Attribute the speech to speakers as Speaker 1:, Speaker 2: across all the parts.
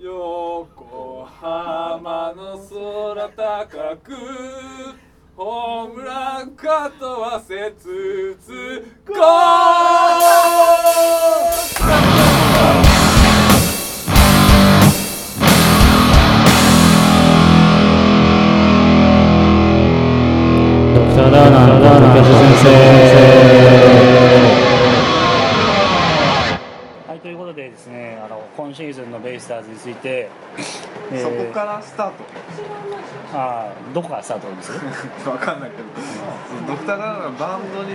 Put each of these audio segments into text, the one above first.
Speaker 1: 横浜の空高くホームランかとはせつつゴー
Speaker 2: ドクターダーナのダーナ先生
Speaker 3: はい、ということでですね、あの今シーズンのベイスターズについて、えー
Speaker 1: そこからスター
Speaker 3: あーどこからスタートでする
Speaker 1: トわかんないけどドクター・ガーナがバンドに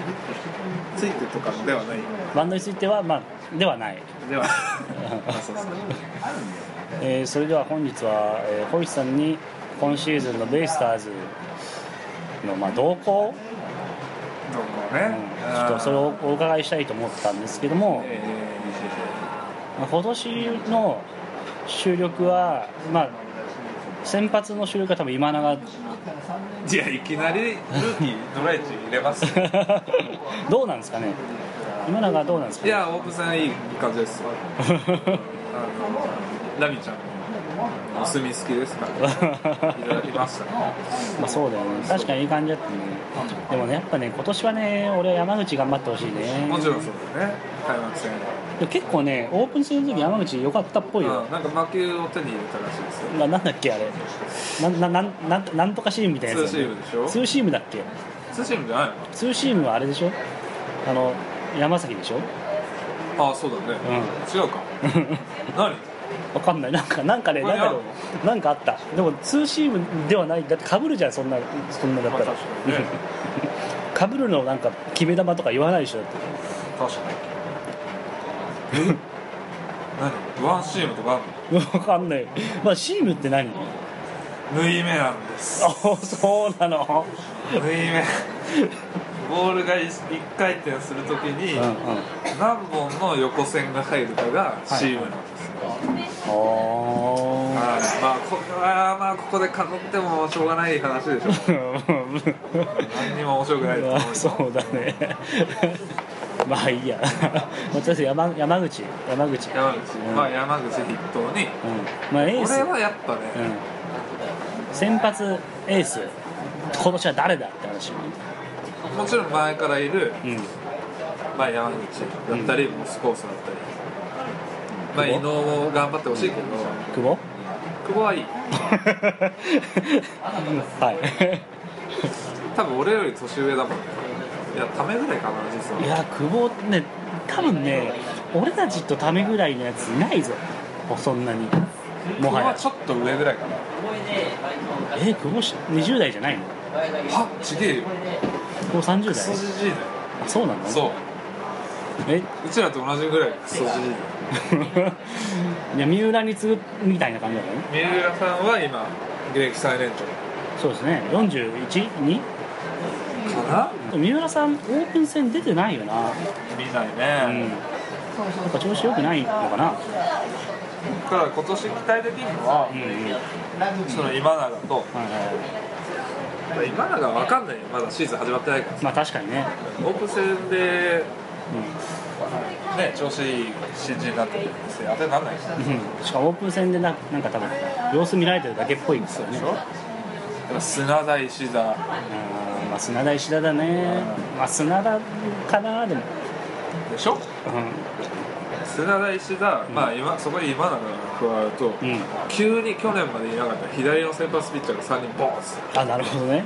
Speaker 1: ついてとかではない
Speaker 3: バンドについては、まあ、ではない、
Speaker 1: ではあそうそう
Speaker 3: えーそれでは本日は、えー、小石さんに今シーズンのベイスターズの、まあ、動向、
Speaker 1: どうも
Speaker 3: うん
Speaker 1: ね
Speaker 3: ちょっとそれをお伺いしたいと思ったんですけども、
Speaker 1: え
Speaker 3: まあ今年の収録は、まあ、先発の収録は多分今 永
Speaker 1: ーじゃあいきなりルーキードライチ入れます
Speaker 3: どうなんですかね今永はどうなんですか
Speaker 1: いや、大久さんいい感じですよ。あ の、ラミちゃんのお墨付きですから、いただきま した。
Speaker 3: まあそうだよね確かにいい感じだったねでもねやっぱね今年はね俺は山口頑張ってほしいね
Speaker 1: もちろんそうだよね、開幕戦。
Speaker 3: でも結構ねオープン戦の時山口良かったっぽいよ
Speaker 1: うん、なんか魔球を手に入れたらしいですよ。
Speaker 3: ななんだっけあれなななんなんなんとかシームみたいなやつ
Speaker 1: ツーシームでしょ
Speaker 3: ツーシームだっけ
Speaker 1: ツーシームじゃない
Speaker 3: ツーシームはあれでしょあの山崎でしょ
Speaker 1: のああ、そうだね。違う か。何
Speaker 3: わかんないなんかなんかね
Speaker 1: これ
Speaker 3: なんだろ
Speaker 1: あ
Speaker 3: うなんかあったでもツーシームではないだってかぶるじゃんそんなそんなだ
Speaker 1: ま
Speaker 3: っ
Speaker 1: あ
Speaker 3: た
Speaker 1: 確
Speaker 3: ら
Speaker 1: かにね。
Speaker 3: かぶるのなんか決め球とか言わないでしょだって
Speaker 1: 確かに。何ワンシームとかある
Speaker 3: わかんないまあシームって何
Speaker 1: の縫い目なんです。
Speaker 3: あそうなの
Speaker 1: 縫い目。ボールが一一回転するときに、
Speaker 3: うんうん
Speaker 1: 何本の横線が入るかがチームなんですよ、
Speaker 3: おー
Speaker 1: はいまあこれはまあここで飾ってもしょうがない話でしょ何にも面白くないと思うよ
Speaker 3: そうだね まあいいや 私は山山口山口うん
Speaker 1: 山口、まあ山口筆頭に
Speaker 3: まあエース
Speaker 1: 俺はやっぱね、
Speaker 3: うん先発エース今年は誰だって話
Speaker 1: もちろん前からいる、
Speaker 3: うん
Speaker 1: まあ、山口だったり、モスコースだったり、まあ、
Speaker 3: 久
Speaker 1: 伊野も頑張ってほしいけど、
Speaker 3: 久保
Speaker 1: 久保はい い
Speaker 3: は
Speaker 1: 多分俺より年上だもんねいやためぐらいかな 実
Speaker 3: いい
Speaker 1: は
Speaker 3: や久保ね多分ね俺たちとためぐらいのやついないぞもうそんなに
Speaker 1: 久
Speaker 3: も
Speaker 1: 保
Speaker 3: は
Speaker 1: は
Speaker 3: や
Speaker 1: ちょっと上ぐらいかな
Speaker 3: え久保し20代じゃないの
Speaker 1: はっちげえよ
Speaker 3: 久保30
Speaker 1: クソ
Speaker 3: 代
Speaker 1: じじいだよ
Speaker 3: あそうなの
Speaker 1: そう
Speaker 3: え
Speaker 1: うちらと同じぐらいクソじじい
Speaker 3: いや三浦に次ぐみたいな感じだからね
Speaker 1: 三浦さんは今現役最年
Speaker 3: そうですね412
Speaker 1: 長かな
Speaker 3: 三浦さんオープン戦出てないよな
Speaker 1: 見ない
Speaker 3: うん
Speaker 1: ね、
Speaker 3: やっぱ調子良くないのかな
Speaker 1: だから今年期待できるのは、
Speaker 3: うんうんはい
Speaker 1: その今永と
Speaker 3: は
Speaker 1: 今永は分かんないよまだシーズン始まってないから
Speaker 3: いまあ確かにね
Speaker 1: オープン戦で
Speaker 3: う
Speaker 1: ね調子いい新人になってるんですよ当てになんないしで
Speaker 3: んしかもオープン戦でななんか多分様子見られてるだけっぽいんですよね
Speaker 1: しょ砂田石田
Speaker 3: うんまあ砂田石田だねまあ砂田かなでも
Speaker 1: でしょ
Speaker 3: う
Speaker 1: 砂田石田、まあ今そこに今永が加わると、
Speaker 3: んうん
Speaker 1: 急に去年までいなかった左の先発ピッチャーが3人ボーンっつって
Speaker 3: あなるほど ね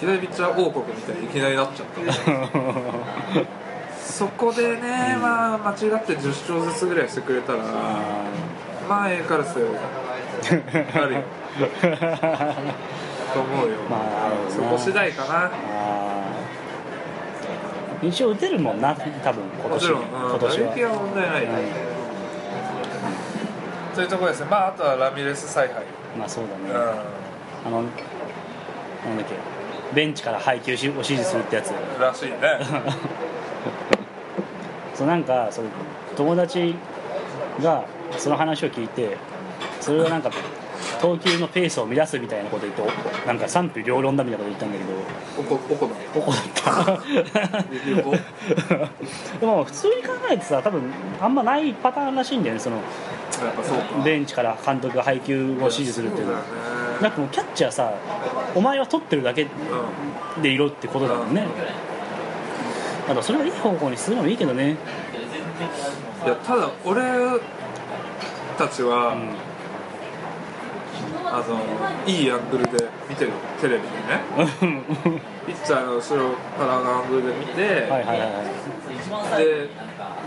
Speaker 1: 左ピッチャー王国みたいにいきなりなっちゃったそこでね、まあ、間違って10勝ずつぐらいしてくれたら、まあ、ええから すよ、あるよと思うよ、
Speaker 3: まああるよな
Speaker 1: そこ次第かな、
Speaker 3: あー一応打てるもんな多分今
Speaker 1: もち
Speaker 3: 年
Speaker 1: ろん、うん、
Speaker 3: 今年
Speaker 1: 打撃
Speaker 3: は
Speaker 1: は問題ない、というところですね、まあ、あとはラミレス采配、
Speaker 3: うんまあそうだ
Speaker 1: う
Speaker 3: ね
Speaker 1: ん、
Speaker 3: あのなんだっけベンチから配球しを指示するってやつ
Speaker 1: らしいね、
Speaker 3: そうなんかそう友達がその話を聞いてそれをなんか投球のペースを乱すみたいなこと言っておなんか賛否両論だみたいなこと言ったんだけど
Speaker 1: おこ、おこだよ、
Speaker 3: ここだった
Speaker 1: 流 行
Speaker 3: でも普通に考えてさ多分あんまないパターンらしいんだよねその
Speaker 1: やっぱそうか
Speaker 3: ベンチから監督が配球を指示するっていうのは
Speaker 1: そうだ
Speaker 3: なん
Speaker 1: よね
Speaker 3: かもうキャッチャーさお前は取ってるだけでいろってことだもんねあとそれがいい方向に進むのもいいけどね
Speaker 1: うんいやただ俺たちは、あのいいアングルで見てるテレビでねピッチャーの後ろからのアングルで見て、
Speaker 3: はいはいはいはい
Speaker 1: で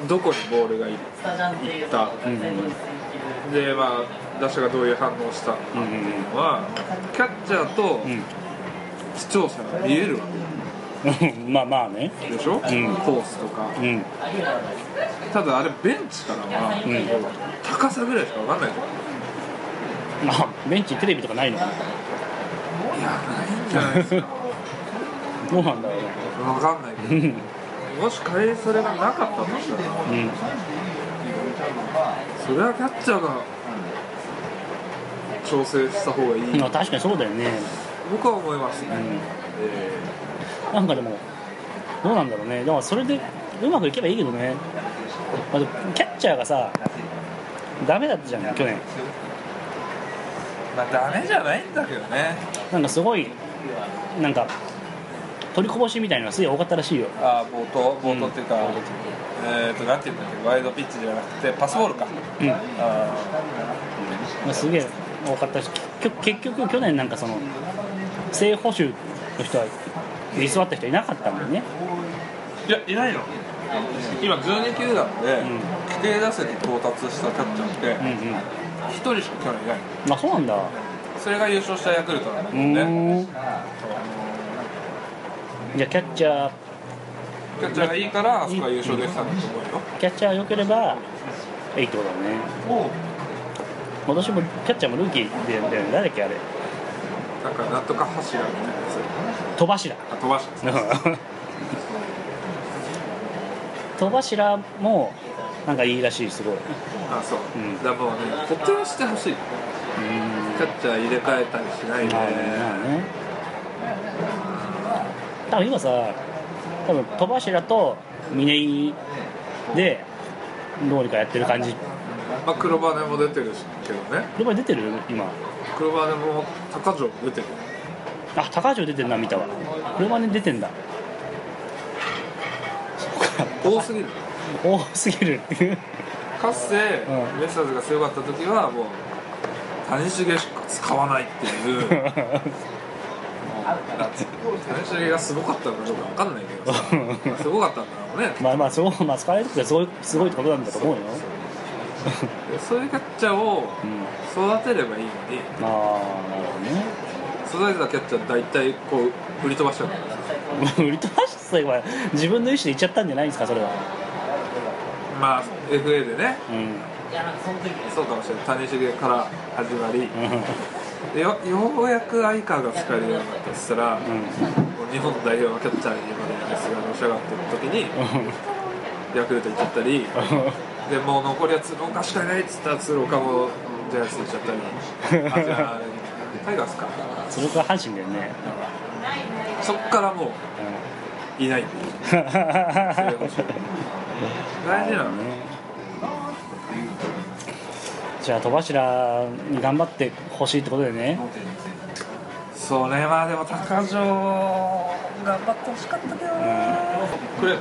Speaker 1: どこにボールがいるった
Speaker 3: うんうん
Speaker 1: でまあ打者がどういう反応したのかっていうのは、キャッチャーと
Speaker 3: うん
Speaker 1: 視聴者が見えるわ
Speaker 3: うん まあまあね
Speaker 1: けでしょ、
Speaker 3: ん
Speaker 1: コースとか
Speaker 3: うん
Speaker 1: ただあれベンチから
Speaker 3: う
Speaker 1: は
Speaker 3: ん
Speaker 1: 高さぐらいしか分かんないじゃん
Speaker 3: まあベンチにテレビとかないの
Speaker 1: いやないんじゃないですか
Speaker 3: どうなんだろうね
Speaker 1: 分かんないけ
Speaker 3: うん
Speaker 1: どもし仮にそれがなかったとしたら
Speaker 3: うん
Speaker 1: それはキャッチャーが調整した方がいい、
Speaker 3: まあ確かにそうだよね
Speaker 1: 僕は思いますね、
Speaker 3: ん
Speaker 1: え
Speaker 3: なんかでもどうなんだろうねだからそれでうまくいけばいいけどねあとキャッチャーがさダメだったじゃん去年
Speaker 1: ーまあダメじゃないんだけどね
Speaker 3: なんかすごいなんか取りこぼしみたいなのがすげえ多かったらしいよ
Speaker 1: あー冒頭冒頭っていうか、えー、となんていうんだっけワイドピッチじゃなくてパスボールか
Speaker 3: うん
Speaker 1: あ
Speaker 3: まあすげえ多かったし結局結局去年なんかその正捕手の人は居座った人いなかったもんね、
Speaker 1: ーいやいないの今12球団で
Speaker 3: ん
Speaker 1: 規定打席到達したキャッチャーって
Speaker 3: うんうん、
Speaker 1: 1人しか去年いない
Speaker 3: まあそうなんだ
Speaker 1: のそれが優勝したヤクルトなんだ
Speaker 3: う
Speaker 1: けどね
Speaker 3: ーんじゃあキャッチャー
Speaker 1: キャッチャーがいいからあそこは優勝できたんだと思うよ
Speaker 3: キャッチャー良ければいいってことだね今年もキャッチャーもルーキーでだよね誰だっけあれ
Speaker 1: なんかなんとか柱みたいなや
Speaker 3: 戸 柱
Speaker 1: つあ飛ばし
Speaker 3: 戸柱もなんかいいらしいすごいう
Speaker 1: あそう、
Speaker 3: うん
Speaker 1: だからもうね補強してほし
Speaker 3: ー
Speaker 1: い
Speaker 3: ん
Speaker 1: キャッチャー入れ替えたりしないで、
Speaker 3: まあねまあね多分今さ多分戸柱と峰井でどうにかやってる感じ
Speaker 1: まあ、黒羽も出てるしけどね
Speaker 3: やっぱり出てる今
Speaker 1: 黒羽も高城も出てる
Speaker 3: あ高橋出てんな見たわ車に出てんだ
Speaker 1: 多すぎる
Speaker 3: 多すぎる
Speaker 1: かつて
Speaker 3: うん
Speaker 1: ベイスターズが強かった時はもう谷繁しか使わないっていうもうだって谷繁がすごかったのかどうか分かんないけどさすごかったんだろうね
Speaker 3: まあまあそうまあ使われるってすごいすごいってことなんだと思うよ、
Speaker 1: でそういうキャッチャーを
Speaker 3: うん、
Speaker 1: 育てればいいのに
Speaker 3: ああなるほどね
Speaker 1: 育てたキャッチャー大体こう振り飛ばしちゃうからさ
Speaker 3: 売り飛ばしといえば自分の意思で言っちゃったんじゃないんですかそれは
Speaker 1: まあ FA でね
Speaker 3: うん うん
Speaker 1: そうかもしれない谷繁から始まりでよようやく相川が使えるようになったとしたら、日本代表のキャッチャーに今まで菅がのし上がってる時にヤクルト行っちゃったりでもう残りは鶴岡しかいないっつったら鶴岡もジャイアンツ行っちゃったりあじゃあタイガースか
Speaker 3: 鶴岡阪神だよね、
Speaker 1: そっからもういないっていう
Speaker 3: うん、
Speaker 1: 大事なのね
Speaker 3: じゃあ戸柱に頑張ってほしいってことでね
Speaker 1: それはでも高城頑張ってほしかったけどなこれ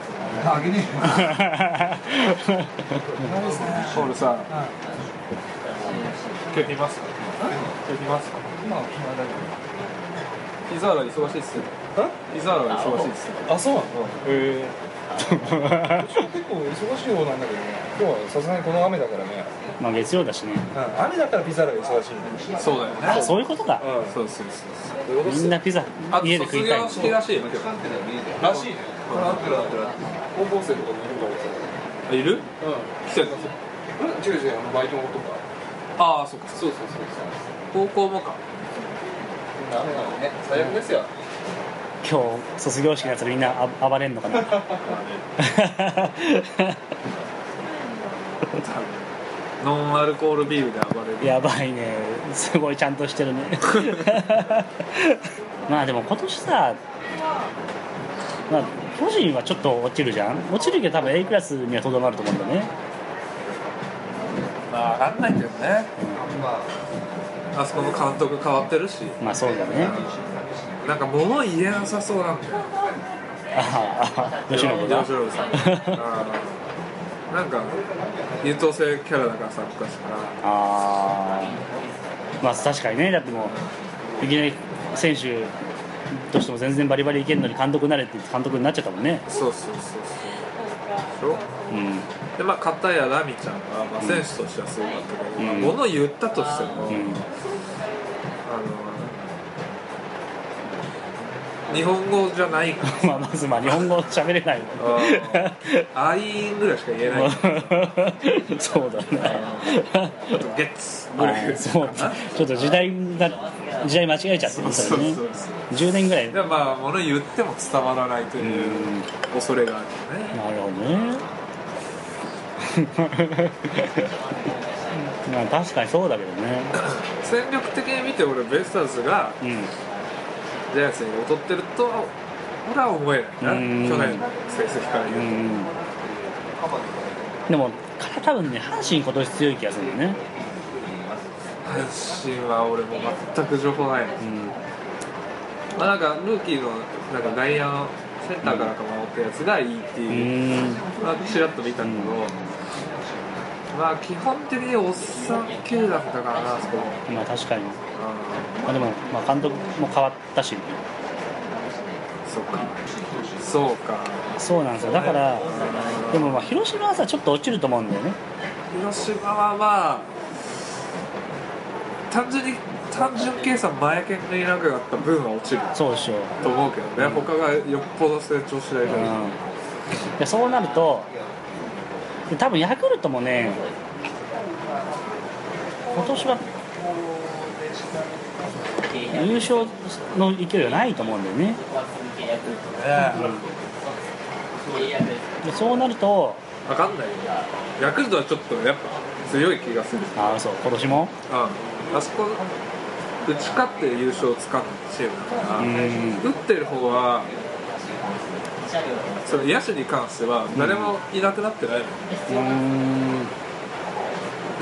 Speaker 1: ホールさん今日見ますか今日見ますか今は大丈夫伊沢ら忙しいっすよ伊沢ら忙しいっすよ
Speaker 4: あ、そうなの
Speaker 1: え
Speaker 4: 結構忙しい方なんだけどね今日はさすがにこの雨だからね、
Speaker 3: まあ月曜だしね
Speaker 4: うん、雨だからピザーラが忙しいんだよ
Speaker 1: ー、そうだよ
Speaker 3: あ
Speaker 1: ね
Speaker 3: そういうことか
Speaker 4: うん
Speaker 1: そうそうそ
Speaker 4: ど
Speaker 1: う
Speaker 4: ういうことっ
Speaker 3: み
Speaker 4: す
Speaker 3: ん
Speaker 4: よ
Speaker 3: なピザ
Speaker 1: あと
Speaker 3: 家で食
Speaker 1: 卒
Speaker 3: いたい
Speaker 1: 業式らしいよね今
Speaker 4: らしいねこのアプラだから高校生とかもいるから
Speaker 1: 日あいる
Speaker 4: さ
Speaker 1: 来てんの
Speaker 4: うん違う違うあのバイトの子とか
Speaker 1: ああそっか
Speaker 4: そうそうそうそう
Speaker 1: 高校も か
Speaker 4: 雨なのね最悪ですよ
Speaker 3: 今日卒業式のやつみんなあ暴れんのかな
Speaker 1: ノンアルコールビールで暴れる
Speaker 3: やばいねすごいちゃんとしてるね まあでも今年さ、まあ、巨人はちょっと落ちるじゃん落ちるけど多分 A クラスにはとどまると思うんだよね
Speaker 1: まあ分かんないけどねあそこの監督変わってるし
Speaker 3: まあそうだね
Speaker 1: なんか物言えなさそうなんだよ
Speaker 3: ああ吉野
Speaker 1: が
Speaker 3: が
Speaker 1: 吉野さんうんなんか優等生キャラだからさ昔から
Speaker 3: あーまあ確かにねだってもういきなり選手としても全然バリバリいけるのに監督になれって言って監督になっちゃったもんね
Speaker 1: そうそうそうそうでしょ
Speaker 3: うん
Speaker 1: でまあ片やラミちゃんは、まあ、選手としてはすごかったけど、
Speaker 3: うん
Speaker 1: まあ、物言ったとしても、
Speaker 3: うん
Speaker 1: あの日本語じゃないから
Speaker 3: まあまずまあ日本語喋れないもん
Speaker 1: ああアイーンぐらいしか言えないから
Speaker 3: そうだね
Speaker 1: ちょっとゲッツぐら
Speaker 3: あ
Speaker 1: い
Speaker 3: そうちょっと時代が時代間違えちゃってるそ
Speaker 1: そう
Speaker 3: れね
Speaker 1: そうそう
Speaker 3: 10年ぐらい
Speaker 1: でもまあ物言っても伝わらないという
Speaker 3: うん
Speaker 1: 恐れがあるよ
Speaker 3: な
Speaker 1: ね
Speaker 3: るほど ねまあ確かにそうだけどね
Speaker 1: 戦力的に見て俺ベイスターズが
Speaker 3: うん
Speaker 1: ジャイアンツに劣ってると俺は思えないな
Speaker 3: うん
Speaker 1: 去年の成績から
Speaker 3: う
Speaker 1: 言うと、
Speaker 3: んでもから多分ね阪神今年強い気がするんだよね、
Speaker 1: 阪神は俺も全く情報ない、
Speaker 3: うん、
Speaker 1: まあ、なんかルーキーのなんか外野のセンターからか守ったやつがいいって
Speaker 3: う
Speaker 1: いう、
Speaker 3: ーん
Speaker 1: まあ、ちらっと見たけど、
Speaker 3: うん
Speaker 1: まあ基本的におっさん級だったからなあそこも、
Speaker 3: まあ確かに、
Speaker 1: う
Speaker 3: まあ、でも、まあ、監督も変わったし
Speaker 1: ん、そうかそうか
Speaker 3: そうなんですよだからでもまあ広島はさちょっと落ちると思うんだよね
Speaker 1: 広島はまあ単純に単純計算前剣がいなくなった分は落ちる
Speaker 3: そうでしょう、
Speaker 1: と思うけどね、他がよっぽど成長しない
Speaker 3: うん、い
Speaker 1: か
Speaker 3: やそうなるとで多分ヤクルトもね今年は優勝の勢いはないと思うんだよね
Speaker 1: らね、
Speaker 3: でそうなると
Speaker 1: 分かんないよヤクルトはちょっとやっぱ強い気がする
Speaker 3: ああそう今年も
Speaker 1: うん、あそこ打ち勝って優勝をつかむチームだから、
Speaker 3: うん
Speaker 1: 打ってる方はその野手に関しては誰もいなくなってない
Speaker 3: う
Speaker 1: の、
Speaker 3: ー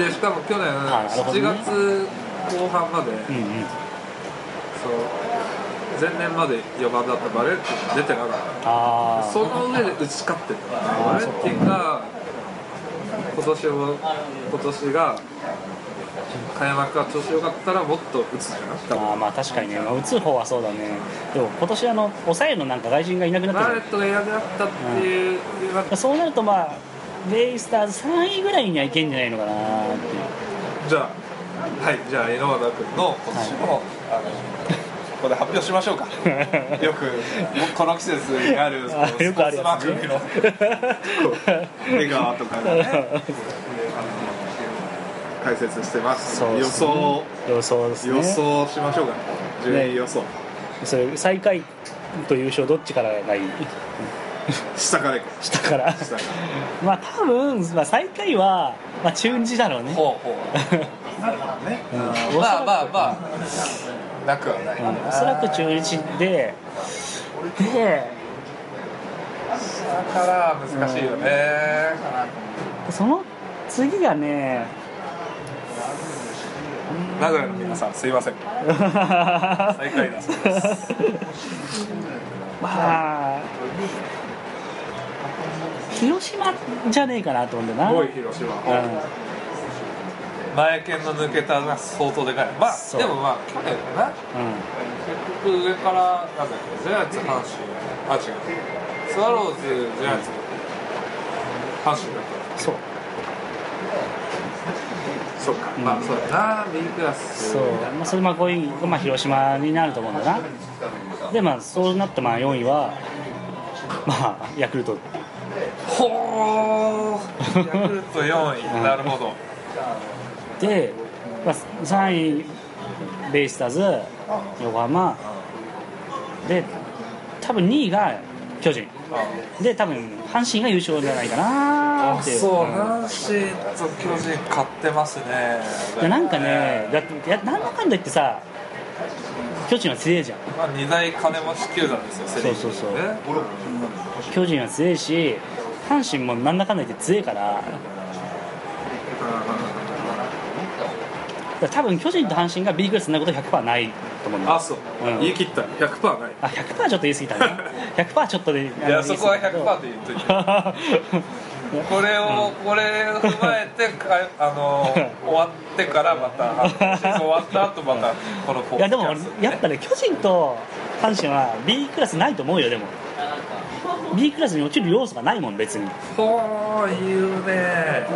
Speaker 3: ん
Speaker 1: でしかも去年
Speaker 3: あなるほど
Speaker 1: 7
Speaker 3: ね
Speaker 1: 月後半まで、
Speaker 3: うんうん
Speaker 1: その前年まで4番だったバレンティンが出てなかっ
Speaker 3: あ
Speaker 1: た
Speaker 3: あ
Speaker 1: その上で打ち勝ってる
Speaker 3: あ
Speaker 1: バレンティンが今年も今年が開幕が調子良かったらもっと打つじゃなくて
Speaker 3: あーまあ確かにね、まあ、打つ方はそうだねでも今年あの抑えのなんか外人がいなくなっ
Speaker 1: マ
Speaker 3: て
Speaker 1: ーレ
Speaker 3: る
Speaker 1: ットがいなくなったっていう理由が
Speaker 3: そうなるとまあベイスターズ3位ぐらいにはいけんじゃないのかなーっていう
Speaker 1: じゃあはいじゃあ井上君の
Speaker 4: 今年も、あのここで発表しましょうか よく
Speaker 1: この季節にあるその
Speaker 3: あ
Speaker 1: スポ
Speaker 3: よくあ
Speaker 1: ー
Speaker 3: る
Speaker 1: ツ
Speaker 3: やつね
Speaker 1: 番組のこう出川とかがね解説してます
Speaker 3: そう
Speaker 1: 予
Speaker 3: ですね
Speaker 1: 想
Speaker 3: 予想ですね
Speaker 1: 予想しましょうか順位予想
Speaker 3: それ最下位と優勝どっちからがいい
Speaker 1: 下からいく
Speaker 3: 下 から
Speaker 1: 下から
Speaker 3: まあ多分、まあ、最下位は、まあ、中日だろうね
Speaker 1: ほうほうなるほどね
Speaker 3: うん
Speaker 1: まあまあまあなくはない
Speaker 3: うんおそらく中日でで
Speaker 1: 下から難しいよね
Speaker 3: その次がね
Speaker 1: 名古屋の皆さんすいません最下位だそうです
Speaker 3: まあ広島じゃねえかなと思うんだ
Speaker 1: す
Speaker 3: よな
Speaker 1: ごい広島、
Speaker 3: う
Speaker 1: 前剣の抜けたが相当でかいまあ
Speaker 3: そう、
Speaker 1: でもまあ去年だなん
Speaker 3: うん、
Speaker 1: 結局上からなんだっけジャイアンツ阪神あ違うスワローズジャイアンツ阪神だっ
Speaker 3: そう
Speaker 1: けそうか、
Speaker 3: うん
Speaker 1: まあそうだな B クラス
Speaker 3: そう、まあ、それまあ5位がまあ広島になると思うんだなでまあそうなってまあ4位はまあヤクルト
Speaker 1: ほーヤクルト4位、
Speaker 3: うん
Speaker 1: なるほど
Speaker 3: で、まあ、3位ベイスターズ横浜で多分2位が巨人で多分阪神が優勝じゃないかなー
Speaker 1: あ
Speaker 3: っていう
Speaker 1: そう
Speaker 3: うん
Speaker 1: 阪神と巨人勝ってますね
Speaker 3: いやなんかね、だっていやなんだかんだ言ってさ、巨人は強いじゃん、
Speaker 1: まあ、二大金持ち球団ですよセ・リーグ
Speaker 3: そうそうそう
Speaker 1: ね
Speaker 3: 巨人は強いし、阪神もなんだかんだ言って強いから、
Speaker 1: うん
Speaker 3: から多分巨人と阪神が B クラスになることは100%ないと思うん
Speaker 1: あ
Speaker 3: だ
Speaker 1: そう、
Speaker 3: うん
Speaker 1: 言い切った100%ない
Speaker 3: あ100%ちょっと言い過ぎたね100%ちょっとで
Speaker 1: いやそこは100%
Speaker 3: 100%
Speaker 1: と言っといてこれを、これを踏まえてかあの終わってからまたあのシーズン終わった後またこの ポ
Speaker 3: いやでも
Speaker 1: キャスト
Speaker 3: やっぱね巨人と阪神は B クラスないと思うよでも B クラスに落ちる要素がないもん別に
Speaker 1: ほう言うね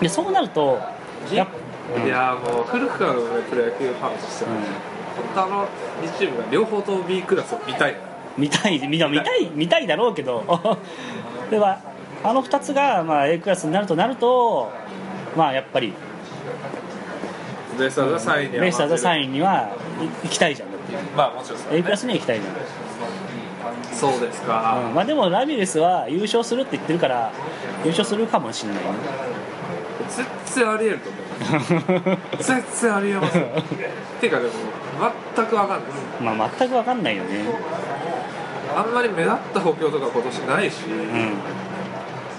Speaker 3: でそうなるとやっ
Speaker 1: いやもう古くからのねプロ野球ファンとしては
Speaker 3: うん
Speaker 1: 本当あの2チームが両方とも B クラスを見たい
Speaker 3: 見たい見たい見たい見たいだろうけど ではあの2つがまあ A クラスになるとなるとまあやっぱり
Speaker 1: ベイスターズは3位に
Speaker 3: ベイスターズは
Speaker 1: 位
Speaker 3: 3位にはい行きたいじゃん
Speaker 1: まあもちろんそうだ
Speaker 3: A
Speaker 1: ね
Speaker 3: クラスには行きたいじゃ
Speaker 1: そうです
Speaker 3: ん、うん
Speaker 1: か、
Speaker 3: まあ、でもラミレスは優勝するって言ってるから優勝するかもしれないね
Speaker 1: 絶対ありえると思う絶対ありえますよていうかでも全く分かんないです
Speaker 3: まあ全く分かんないよね
Speaker 1: あんまり目立った補強とか今年ないし、
Speaker 3: うん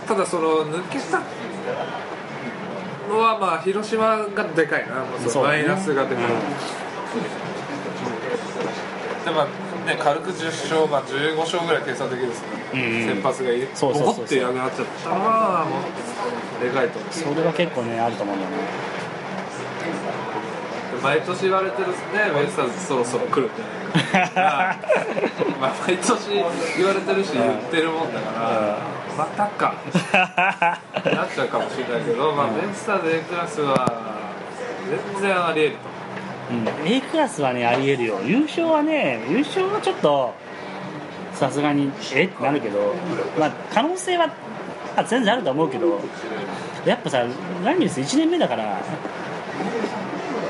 Speaker 1: ただその抜けたのはまあ広島がでかいな、まあそ
Speaker 3: そう
Speaker 1: の
Speaker 3: だ
Speaker 1: マ
Speaker 3: ね
Speaker 1: イナスがでかい、
Speaker 3: うん
Speaker 1: でまあね軽く10勝、まあ、15勝ぐらい計算できるですね、
Speaker 3: うんうん
Speaker 1: 先発がい
Speaker 3: そうそうそうそう
Speaker 1: ボコっていなくなっちゃったのはもうでかいと思う
Speaker 3: それは結構ねあると思うんだよね
Speaker 1: 毎年言われてるねベイスターズそろそろ来るんじゃないか まあ毎年言われてるし言ってるもんだからまたかなっちゃうかもしれないけど、まあ、ベイスターズ A クラスは全然ありえると
Speaker 3: うん A クラスはねありえるよ優勝はね優勝はちょっとさすがにえってなるけど、まあ、可能性はあ全然あると思うけどやっぱさラミレス1年目だから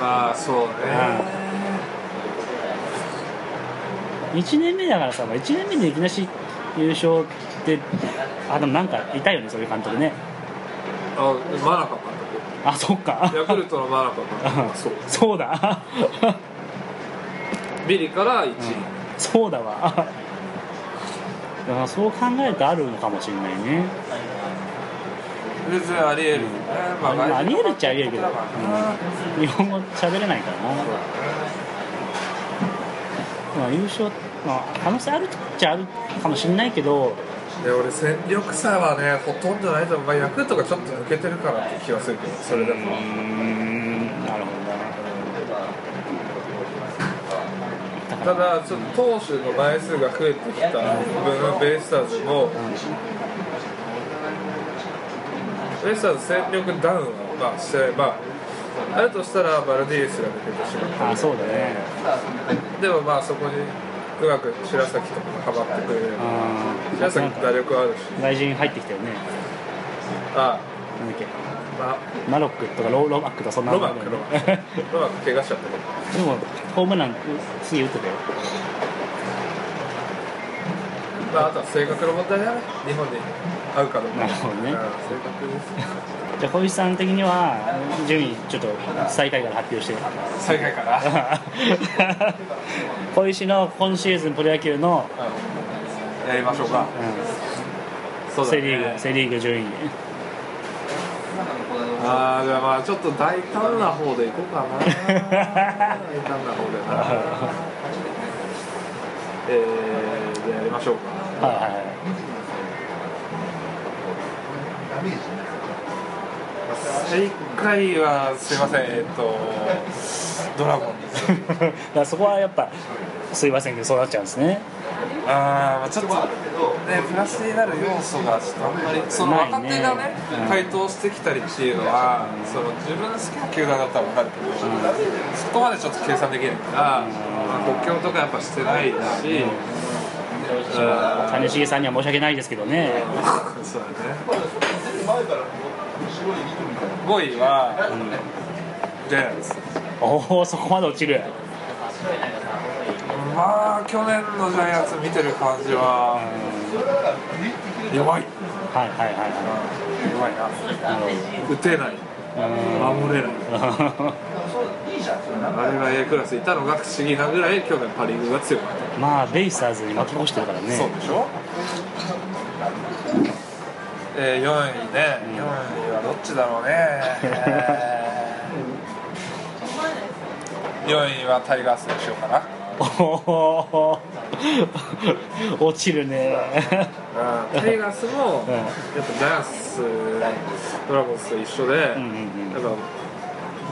Speaker 1: まあそうね、
Speaker 3: 1年目だからさ1年目でいきなし優勝ってあでもなんかいたよねそういう監督ね
Speaker 1: あマナカ監
Speaker 3: あそっか
Speaker 1: 督ヤクルトのマナカ監督そう
Speaker 3: そうだ
Speaker 1: ビリから1位、
Speaker 3: そうだわだからそう考えるとあるのかもしれないね
Speaker 1: 全然ありえる、ねま
Speaker 3: まあありえるっちゃありえるけど
Speaker 1: だからな
Speaker 3: 日本語喋れないからな、まあ、優勝、まあ、可能性あるっちゃあるかもしれないけど
Speaker 1: で俺戦力差はねほとんどないと思う、まあ、ヤクルトがちょっと抜けてるからって気がするけどそれでも
Speaker 3: なるほどね
Speaker 1: ただちょっと投手の枚数が増えてきた分ベイスターズもベイスターズ戦力ダウンはまあしてまああるとしたらバルディエスが抜けてしま
Speaker 3: あそうだね
Speaker 1: うでもまあそこにうまく白崎とかがはまってくれれば
Speaker 3: うん
Speaker 1: 白崎打力あるし
Speaker 3: 外人入ってきたよね
Speaker 1: あ
Speaker 3: なんだっけ
Speaker 1: ま
Speaker 3: マロックとかロロマックとかそん
Speaker 1: あ
Speaker 3: な
Speaker 1: ロ
Speaker 3: の
Speaker 1: マンかロマンロマン怪我しちゃったけ ど
Speaker 3: でもホームラン次打ってたよ
Speaker 1: まあ、あとは性格の問題だね日本に合うかどうか
Speaker 3: なるほどね
Speaker 1: うん性格です
Speaker 3: じゃあ小石さん的には順位ちょっと最下位から発表して
Speaker 1: 最下位から
Speaker 3: 小石の今シーズンプロ野球の、
Speaker 1: やりましょうかそうだね
Speaker 3: セ・リーグセ・リーグ順位
Speaker 1: ああじゃあまあちょっと大胆な方でいこうかな大胆な方でなえー、じゃあやりましょうか
Speaker 3: はいは
Speaker 1: 最下位はすいませんえっとドラゴンです
Speaker 3: いはいだからそこはやっぱすいませんけどそうなっちゃうんですね
Speaker 1: あーまあちょっとねプラスになる要素がちょっとあんまりその
Speaker 3: ないね
Speaker 1: 若手がね
Speaker 3: うん
Speaker 1: 台頭してきたりっていうのはその自分の好きな球団だったら分かるけどそこまでちょっと計算できないからまあ補強とかやっぱしてないしうん
Speaker 3: 谷繁さんには申し訳ないですけどね
Speaker 1: そうだね5位はジャイアンツ
Speaker 3: おおそこまで落ちる
Speaker 1: まあ去年のジャイアンツ見てる感じは弱
Speaker 3: は
Speaker 1: い
Speaker 3: いはいは
Speaker 1: 弱いない
Speaker 3: はいなる
Speaker 1: 打てない
Speaker 3: ほ
Speaker 1: 守れない
Speaker 3: ど
Speaker 1: あれが A クラスいたのが不思議なぐらい去年パ・リーグが強かった、
Speaker 3: うんまあベイスターズに負け越してるからね
Speaker 1: でしょ、えー、4位ね4位はどっちだろうね4位はタイガースにしようかな
Speaker 3: おー 落ちるね
Speaker 1: タイガースも
Speaker 3: うん
Speaker 1: やっぱジャイアンツドラゴンズと一緒で、
Speaker 3: うんうん
Speaker 1: やっぱ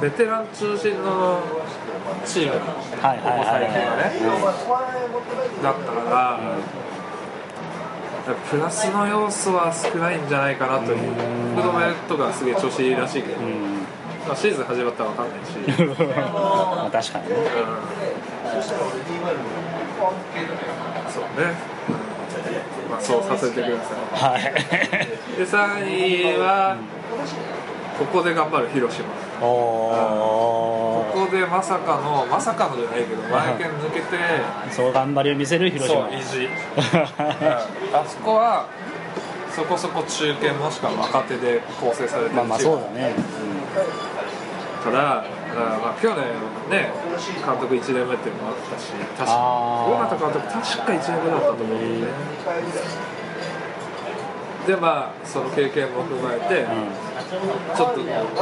Speaker 1: ベテラン中心のチームここ
Speaker 3: はいはいはい
Speaker 1: 最近はね、だったから、プラスの要素は少ないんじゃないかなという福留とかすげえ調子いいらしいけど、
Speaker 3: うん
Speaker 1: まあ、シーズン始まったら分かんないし、うん、
Speaker 3: まあ確かにね
Speaker 1: そうね、うんまあ、そうさせてください
Speaker 3: はい
Speaker 1: で3位は、ここで頑張る広島
Speaker 3: おお
Speaker 1: ここでまさかのまさかのじゃないけど前県抜けて
Speaker 3: そう頑張りを見せる広
Speaker 1: そ
Speaker 3: 島
Speaker 1: う意地、うんあそこはそこそこ中堅もしくは若手で構成されてる チーム
Speaker 3: まあまあそうだね
Speaker 1: から、うんまあ、去年ね監督1年目っていうのもあったし確
Speaker 3: あー
Speaker 1: か尾形監督確か1年目だったと思うんだよねでまあその経験も踏まえて、ちょっと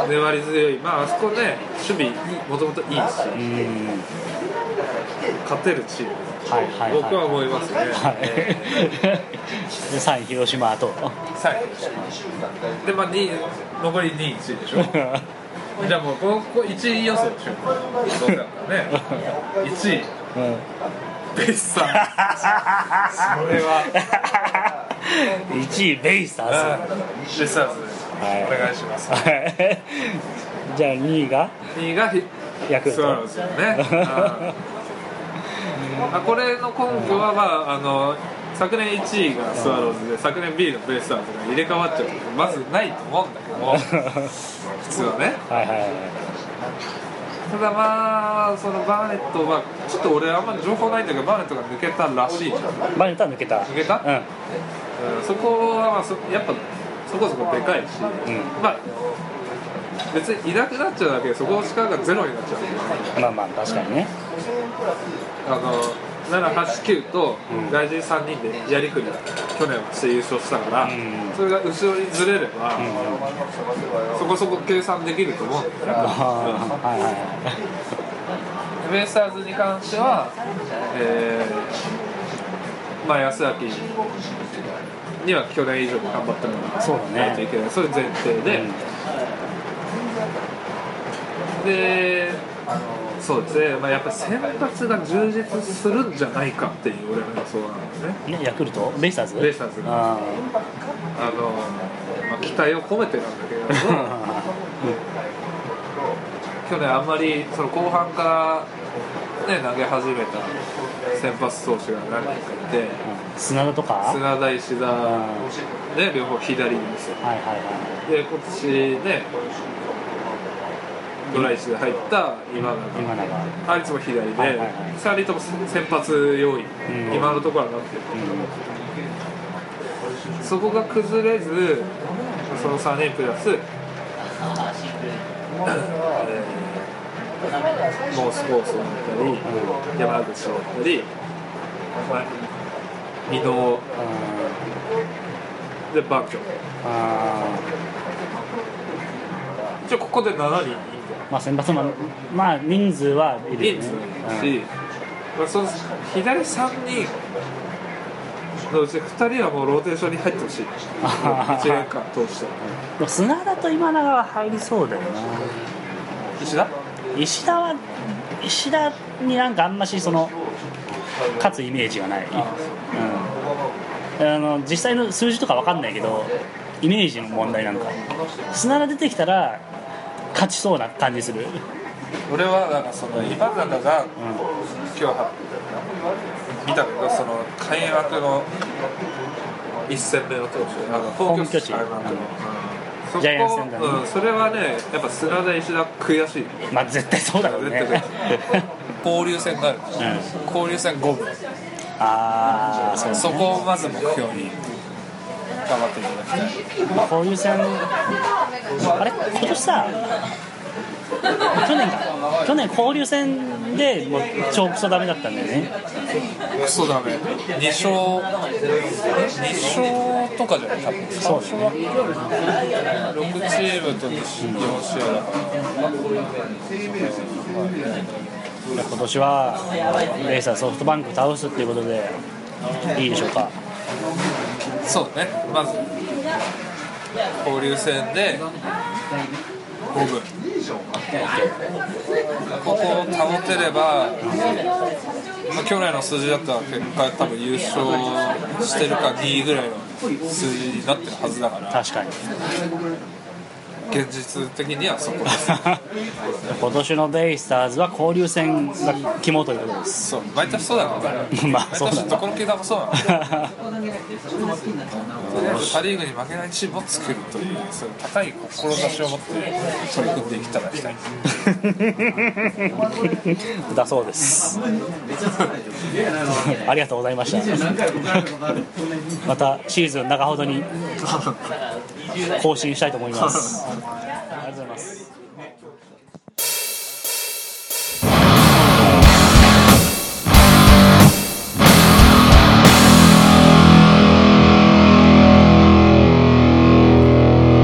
Speaker 1: 粘り強い、まあ、あそこね、守備いい、もともといいし、
Speaker 3: うんうん
Speaker 1: 勝てるチーム、
Speaker 3: はいはいはい
Speaker 1: 僕は思いますね、
Speaker 3: はい
Speaker 1: え
Speaker 3: で3位広島と
Speaker 1: ー最後でしたで、まあ、2位残り2位、1位でしょ、じゃあもう、ここ1位予想でしょ、どうせだったらね、1位、ベイスターズ、それは、
Speaker 3: 1位ベイスターズ
Speaker 1: うんベイスターズです、
Speaker 3: はい
Speaker 1: お願いします。
Speaker 3: はいじゃあ2位が
Speaker 1: 2位がひ
Speaker 3: ヤクル
Speaker 1: スワロ
Speaker 3: ト
Speaker 1: ーズよね、うんあこれの根拠は、まあ、あの昨年1位がスワローズで昨年 B のベイスターズが入れ替わっちゃうことまずないと思うんだけども普通はね
Speaker 3: はいはいはい
Speaker 1: ただまあそのバーネットはちょっと俺あんまり情報ないんだけどバーネットが抜けたらしいじゃん、う
Speaker 3: バネタ抜けた抜
Speaker 1: けた、
Speaker 3: うん
Speaker 1: そこは、まあ、そやっぱそこそこでかいし、
Speaker 3: ん
Speaker 1: まあ別にいなくなっちゃうだけでそこの力がゼロになっちゃうから
Speaker 3: んまあまあ確かにね
Speaker 1: あの789と外人3人でやりくり去年はして優勝したから、
Speaker 3: ん
Speaker 1: それが後ろにずれれば、
Speaker 3: うん
Speaker 1: そこそこ計算できると思うんだよ
Speaker 3: あー
Speaker 1: ね
Speaker 3: はいはいはい
Speaker 1: ベイスターズに関しては、えーまあ、安明には去年以上に頑張ってもら
Speaker 3: そうだね
Speaker 1: わないといけないそれ前提で、
Speaker 3: うん
Speaker 1: でそうですね、まあ、やっぱ選抜が充実するんじゃないかっていう俺の予想なんですね
Speaker 3: ね、ヤクルトベイスターズ
Speaker 1: ベイスターズ
Speaker 3: あ
Speaker 1: あの、まあ、期待を込めてなんだけれど も
Speaker 3: ー
Speaker 1: 去年あんまりその後半から、ね、投げ始めた先発投手が何人かいて
Speaker 3: 砂田とかはい
Speaker 1: 砂田、石
Speaker 3: うん
Speaker 1: 田、ね、両方左ですよ
Speaker 3: はいは
Speaker 1: で今年ねドライチで入った今
Speaker 3: い今
Speaker 1: 永
Speaker 3: 永は
Speaker 1: あいつも左で、
Speaker 3: はいはいはい
Speaker 1: 2人とも先発要員、
Speaker 3: うん
Speaker 1: 今のところはなってる、
Speaker 3: うん
Speaker 1: そこが崩れずその3人プラスモースコースだったり、山口だったり、移動でバンキョ
Speaker 3: あ
Speaker 1: 一応ここで7人
Speaker 3: ーまあ選抜もまあ人数はいるよ
Speaker 1: いる
Speaker 3: ね
Speaker 1: し、まあ、その左3人のうち2人はもうローテーションに入ってほし い、1年間通して。
Speaker 3: うん砂田と今永は入りそうだよな
Speaker 1: 石田
Speaker 3: 石田は石田になんかあんましその勝つイメージがないうん、あの実際の数字とかわかんないけどイメージの問題なんか砂が出てきたら勝ちそうな感じする、
Speaker 1: 俺はなんかその今永が
Speaker 3: う
Speaker 1: 今日見たけどその開幕の一戦目の投手あの
Speaker 3: 本拠地
Speaker 1: 開幕の、
Speaker 3: うん
Speaker 1: そこ
Speaker 3: ジャイアンツ戦だね
Speaker 1: うん、それはねやっぱ砂田石田悔しい
Speaker 3: ん、まあ絶対そうだろうね
Speaker 1: 絶対交流戦がある、 交流戦5分
Speaker 3: ああそうね
Speaker 1: そこをまず目標に頑張っていただきたい
Speaker 3: こういう戦あれ今年さ去年か去年交流戦でもう超クソダメだったんだよね
Speaker 1: クソダメ2勝2勝とかじゃない多分
Speaker 3: そうだよね
Speaker 1: 6チームと4試合だから
Speaker 3: 今年はベイスターズソフトバンクを倒すっていうことでいいでしょうか
Speaker 1: そうねまず交流戦で五分ここを保てれば、まあ、去年の数字だったら結果多分優勝してるか2位ぐらいの数字になってるはずだから
Speaker 3: 確かに
Speaker 1: 現実的にはそこです
Speaker 3: 今年のベイスターズは交流戦が肝ということです
Speaker 1: そう毎年そうだからね
Speaker 3: まあそうだ
Speaker 1: 毎
Speaker 3: ね
Speaker 1: 年どこの球団もそうなのとりあえずパ・リーグに負けないチームを作るというそういう高い志を持って取り組んでいきたらしたい
Speaker 3: だそうですありがとうございましたまたシーズン中ほどに更新したいと思いますありがとうございます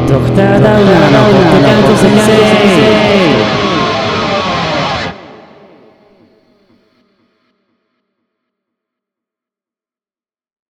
Speaker 2: ドクターダウナーのポッドキャスト先生